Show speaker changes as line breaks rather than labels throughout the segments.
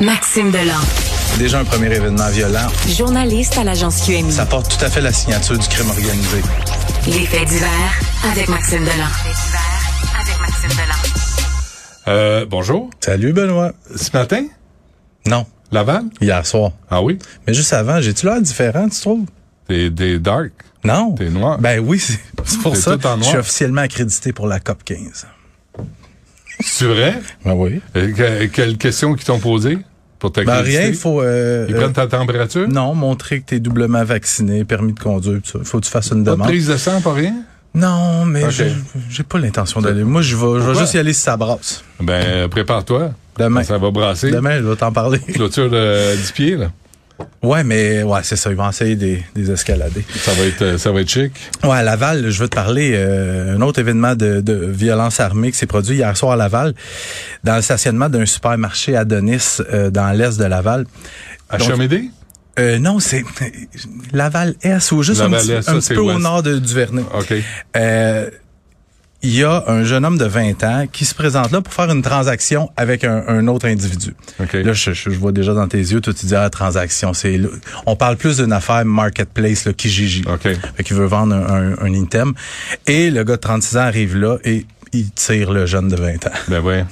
Maxime Delan.
Déjà un premier événement violent.
Journaliste à l'agence QMI.
Ça porte tout à fait la signature du crime organisé.
Les faits d'hiver avec Maxime Delan. avec Maxime Delan.
Euh, bonjour.
Salut Benoît.
Ce matin,
Non,
Laval?
hier soir.
Ah oui?
Mais juste avant, j'ai-tu l'air différent, tu trouves?
T'es des dark.
Non.
T'es noir.
Ben oui, c'est c'est pour
T'es
ça
tout en
que je suis
noir.
officiellement accrédité pour la COP 15.
C'est vrai?
Ben oui.
Euh, que- quelles questions qu'ils t'ont posées pour ta
Ben
crédité?
rien, il faut... euh,
Ils
euh,
prennent ta température?
non, montrer que t'es doublement vacciné, permis de conduire, tout ça. Faut que tu fasses une
Pas de
demande.
prise de sang, pas rien?
Non, mais
Ok.
j'ai- j'ai pas l'intention d'aller. Moi, je vais, je vais
Pourquoi?
juste y aller si ça brasse.
Ben, euh, prépare-toi.
Demain.
Ça va brasser.
Demain, je vais t'en parler.
Clôture de- du pied, là.
ouais, mais ouais, c'est ça. Ils vont essayer des, des escalader.
Ça va être, euh, ça va être chic.
Ouais, à Laval, je veux te parler euh, un autre événement de, de violence armée qui s'est produit hier soir à Laval, dans le stationnement d'un supermarché Adonis euh, dans l'est de Laval.
À
Donc,
Chamédé?
euh, non, c'est Laval-Est ou juste un petit,
Laval-Est, ça,
un petit
c'est
peu au
ouest.
nord de Duvernay.
OK.
Euh, il y a un jeune homme de 20 ans qui se présente là pour faire une transaction avec un, un autre individu.
OK.
Là, je, je- je vois déjà dans tes yeux, toi, tu dis, ah, transaction, c'est... On parle plus d'une affaire marketplace, là, qui gigi.
OK.
Fait qu'il veut vendre un, un- un item. Et le gars de 36 ans arrive là et il tire le jeune de 20 ans.
Ben ouais.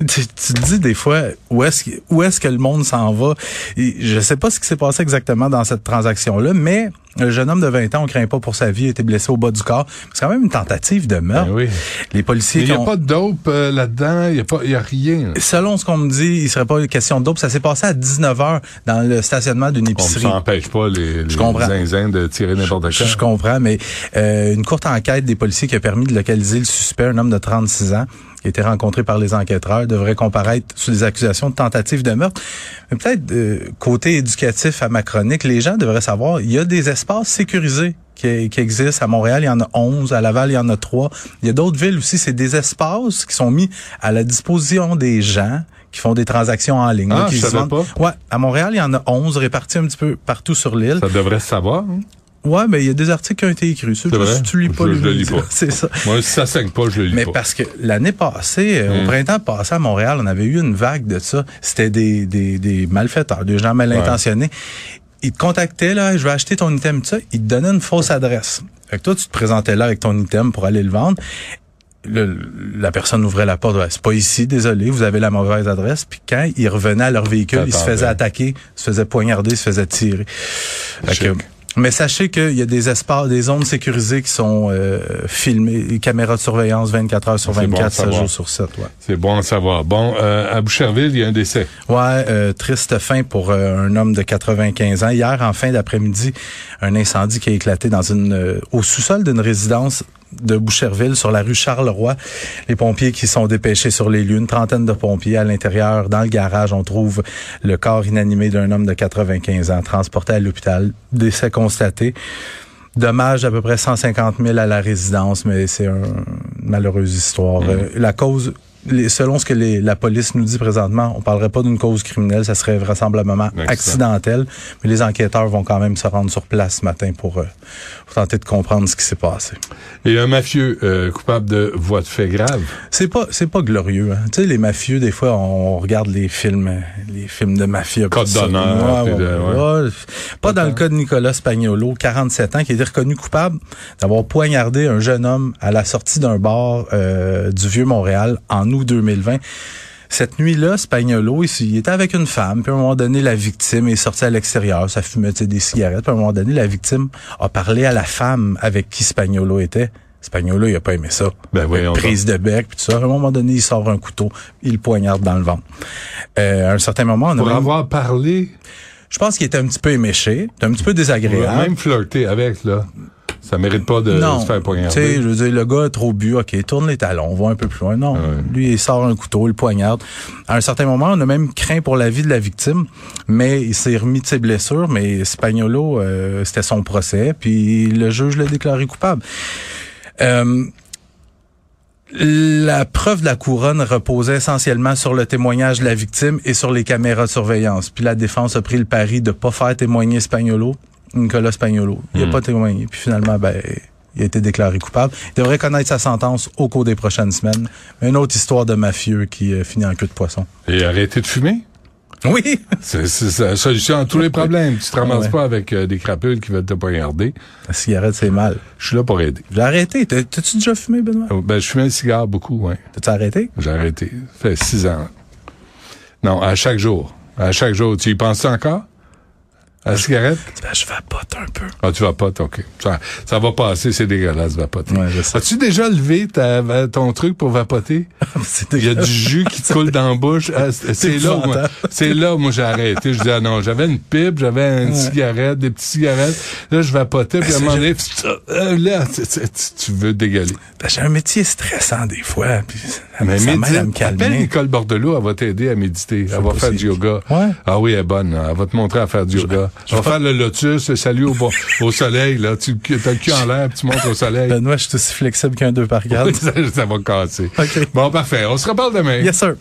tu, tu te dis des fois, où est-ce, que- où est-ce que le monde s'en va? Et je sais pas ce qui s'est passé exactement dans cette transaction-là, mais le jeune homme de 20 ans, on craint pas pour sa vie, a été blessé au bas du corps. C'est quand même une tentative de meurtre.
Ben oui.
Les policiers...
Il n'y
qui
a
ont-
pas de dope euh, là-dedans. Il n'y a, pas- y a rien. là.
Selon ce qu'on me dit, il serait pas une question de dope. Ça s'est passé à 19h dans le stationnement d'une
On ne
épicerie.
s'empêche pas les, les
comprends.
zinzins de tirer n'importe
Je,
quand.
je comprends, mais euh, une courte enquête des policiers qui a permis de localiser le suspect, un homme de 36 ans, qui a été rencontré par les enquêteurs, devrait comparaître sous des accusations de tentative de meurtre. Mais peut-être, euh, côté éducatif à ma chronique, les gens devraient savoir, il y a des espaces sécurisés qui, qui existent. À Montréal, il y en a 11. À Laval, il y en a 3. Il y a d'autres villes aussi. C'est des espaces qui sont mis à la disposition des gens qui font des transactions en ligne.
Ah,
là, qui
je
se
savais
vendent. Ouais, à Montréal, il y en a 11 répartis un petit peu partout sur l'île.
Ça devrait se savoir. hein.
Ouais, mais il y a des articles qui ont été écrits. C'est
C'est
juste
vrai?
que tu lis pas
Je- je le lis
média.
pas.
C'est ça.
Moi, si ça saigne pas, je le lis
Mais
pas. Hmm.
parce que l'année passée, euh, au printemps passé à Montréal, on avait eu une vague de ça. C'était des, des, des malfaiteurs, des gens mal intentionnés. Ils te contactaient, là, je vais acheter ton item, tout ça. Ils te donnaient une fausse adresse. Fait que toi, tu te présentais là avec ton item pour aller le vendre. Le- la personne ouvrait la porte, Ouais, c'est pas ici, désolé, vous avez la mauvaise adresse. Puis quand ils revenaient à leur véhicule, ils se
T'attendais.
faisaient attaquer, se faisaient poignarder, se faisaient tirer. Fait que-
Chic.
mais sachez qu'il y a des espaces, des zones sécurisées qui sont euh, filmées, caméras de surveillance 24 heures sur
C'est bon à
24, 7
savoir.
jours sur 7. Ouais,
C'est bon à savoir. Bon, euh, à Boucherville, il y a un décès.
ouais euh, triste fin pour euh, un homme de 95 ans. Hier, en fin d'après-midi, un incendie qui a éclaté dans une euh, au sous-sol d'une résidence de Boucherville sur la rue Charleroi. Les pompiers qui sont dépêchés sur les lieux, une trentaine de pompiers à l'intérieur, dans le garage, on trouve le corps inanimé d'un homme de 95 ans transporté à l'hôpital. Décès constaté. Dommage d'à peu près 150 000 à la résidence, mais c'est un- une malheureuse histoire. Euh, la cause, les- selon ce que les- la police nous dit présentement, on parlerait pas d'une cause criminelle, ça serait vraisemblablement
Accident.
accidentel, mais les enquêteurs vont quand même se rendre sur place ce matin pour, euh, pour tenter de comprendre ce qui s'est passé.
Et un mafieux euh, coupable de voie de fait grave.
C'est pas c'est pas glorieux. Hein. Tu sais, les mafieux, des fois, on regarde les films, euh, les films de mafieux.
Code d'honneur, puis de-
Pas dans le cas de Nicolas Spagnolo, 47 ans, qui a été reconnu coupable d'avoir poignardé un jeune homme à la sortie d'un bar euh, du Vieux-Montréal en août 2020. Cette nuit-là, Spagnolo, il, s- il était avec une femme, puis à un moment donné, la victime est sortie à l'extérieur, ça fumait tu sais, des cigarettes, puis à un moment donné, la victime a parlé à la femme avec qui Spagnolo était. Spagnolo, il a pas aimé ça.
Ben voyons donc.
Prise de bec, puis tout ça. À un moment donné, il sort un couteau, il le poignarde dans le ventre. Euh, à un certain moment, on a
Pour
même-
avoir parlé,
je pense qu'il était un petit peu éméché, un petit peu désagréable.
même flirté avec, là, ça mérite pas de
non,
se faire
tu sais,
poignarder.
je veux dire, le gars est trop bu, ok, tourne les talons, on va un peu plus loin.
Ah
Non, lui, il sort un couteau, il le poignarde. À un certain moment, on a même craint pour la vie de la victime, mais il s'est remis de ses blessures, mais Spagnolo, euh, c'était son procès, puis le juge l'a déclaré coupable. Euh, la preuve de la couronne reposait essentiellement sur le témoignage de la victime et sur les caméras de surveillance. Puis la défense a pris le pari de pas faire témoigner Spagnolo, Nicolas Spagnolo. Il
Hmm.
n'a pas témoigné. Puis finalement, ben, il a été déclaré coupable. Il devrait connaître sa sentence au cours des prochaines semaines. Une autre histoire de mafieux qui euh, finit en queue de poisson.
Et arrêter de fumer.
Oui.
C'est c'est la solution à tous les problèmes. Tu te ramasses
Ouais.
pas avec euh, des crapules qui veulent te regarder.
La cigarette, c'est mal.
Je suis là pour aider.
J'ai arrêté. T'as- T'as-tu déjà fumé, Benoît?
Euh, Ben, je fumais le cigare beaucoup, ouais.
T'as-tu arrêté?
J'ai arrêté. Ça fait six ans. Non, à chaque jour. À chaque jour. Tu y penses encore? À la cigarette?
Ben, je vapote un peu.
Ah, tu vapotes, OK. Ça, ça va passer, c'est dégueulasse, vapoter.
Ouais, je sais.
As-tu déjà levé ta- ton truc pour vapoter?
Ah, C'est
Il y a
dégueulasse.
du jus qui coule dans la bouche. Ah, c'est- C'est là, où-
épouvantable.
c'est là, où moi, j'ai arrêté. Je dis, ah non, j'avais une pipe, j'avais une cigarette, des petites cigarettes. Là, je vapotais,
Ben,
puis à un moment donné, pff, euh, là, tu- tu- tu- tu veux dégueuler.
Ben, J'ai un métier stressant des fois. Puis, ça
Mais
m'aide à me
médite. Appelle
calmer.
Nicole Bordelot, elle va t'aider à méditer. Elle va
pas
faire
si-
du yoga.
Ouais.
Ah oui, elle est bonne. là. Elle va te montrer à faire du yoga. Elle va faire le lotus, le salut au, bo- au soleil. Là. Tu as le cul en l'air, puis tu montes au soleil.
Benoît, je suis aussi flexible qu'un deux par garde.
ça, ça va casser.
OK.
Bon, parfait. On se reparle demain.
yes, sir.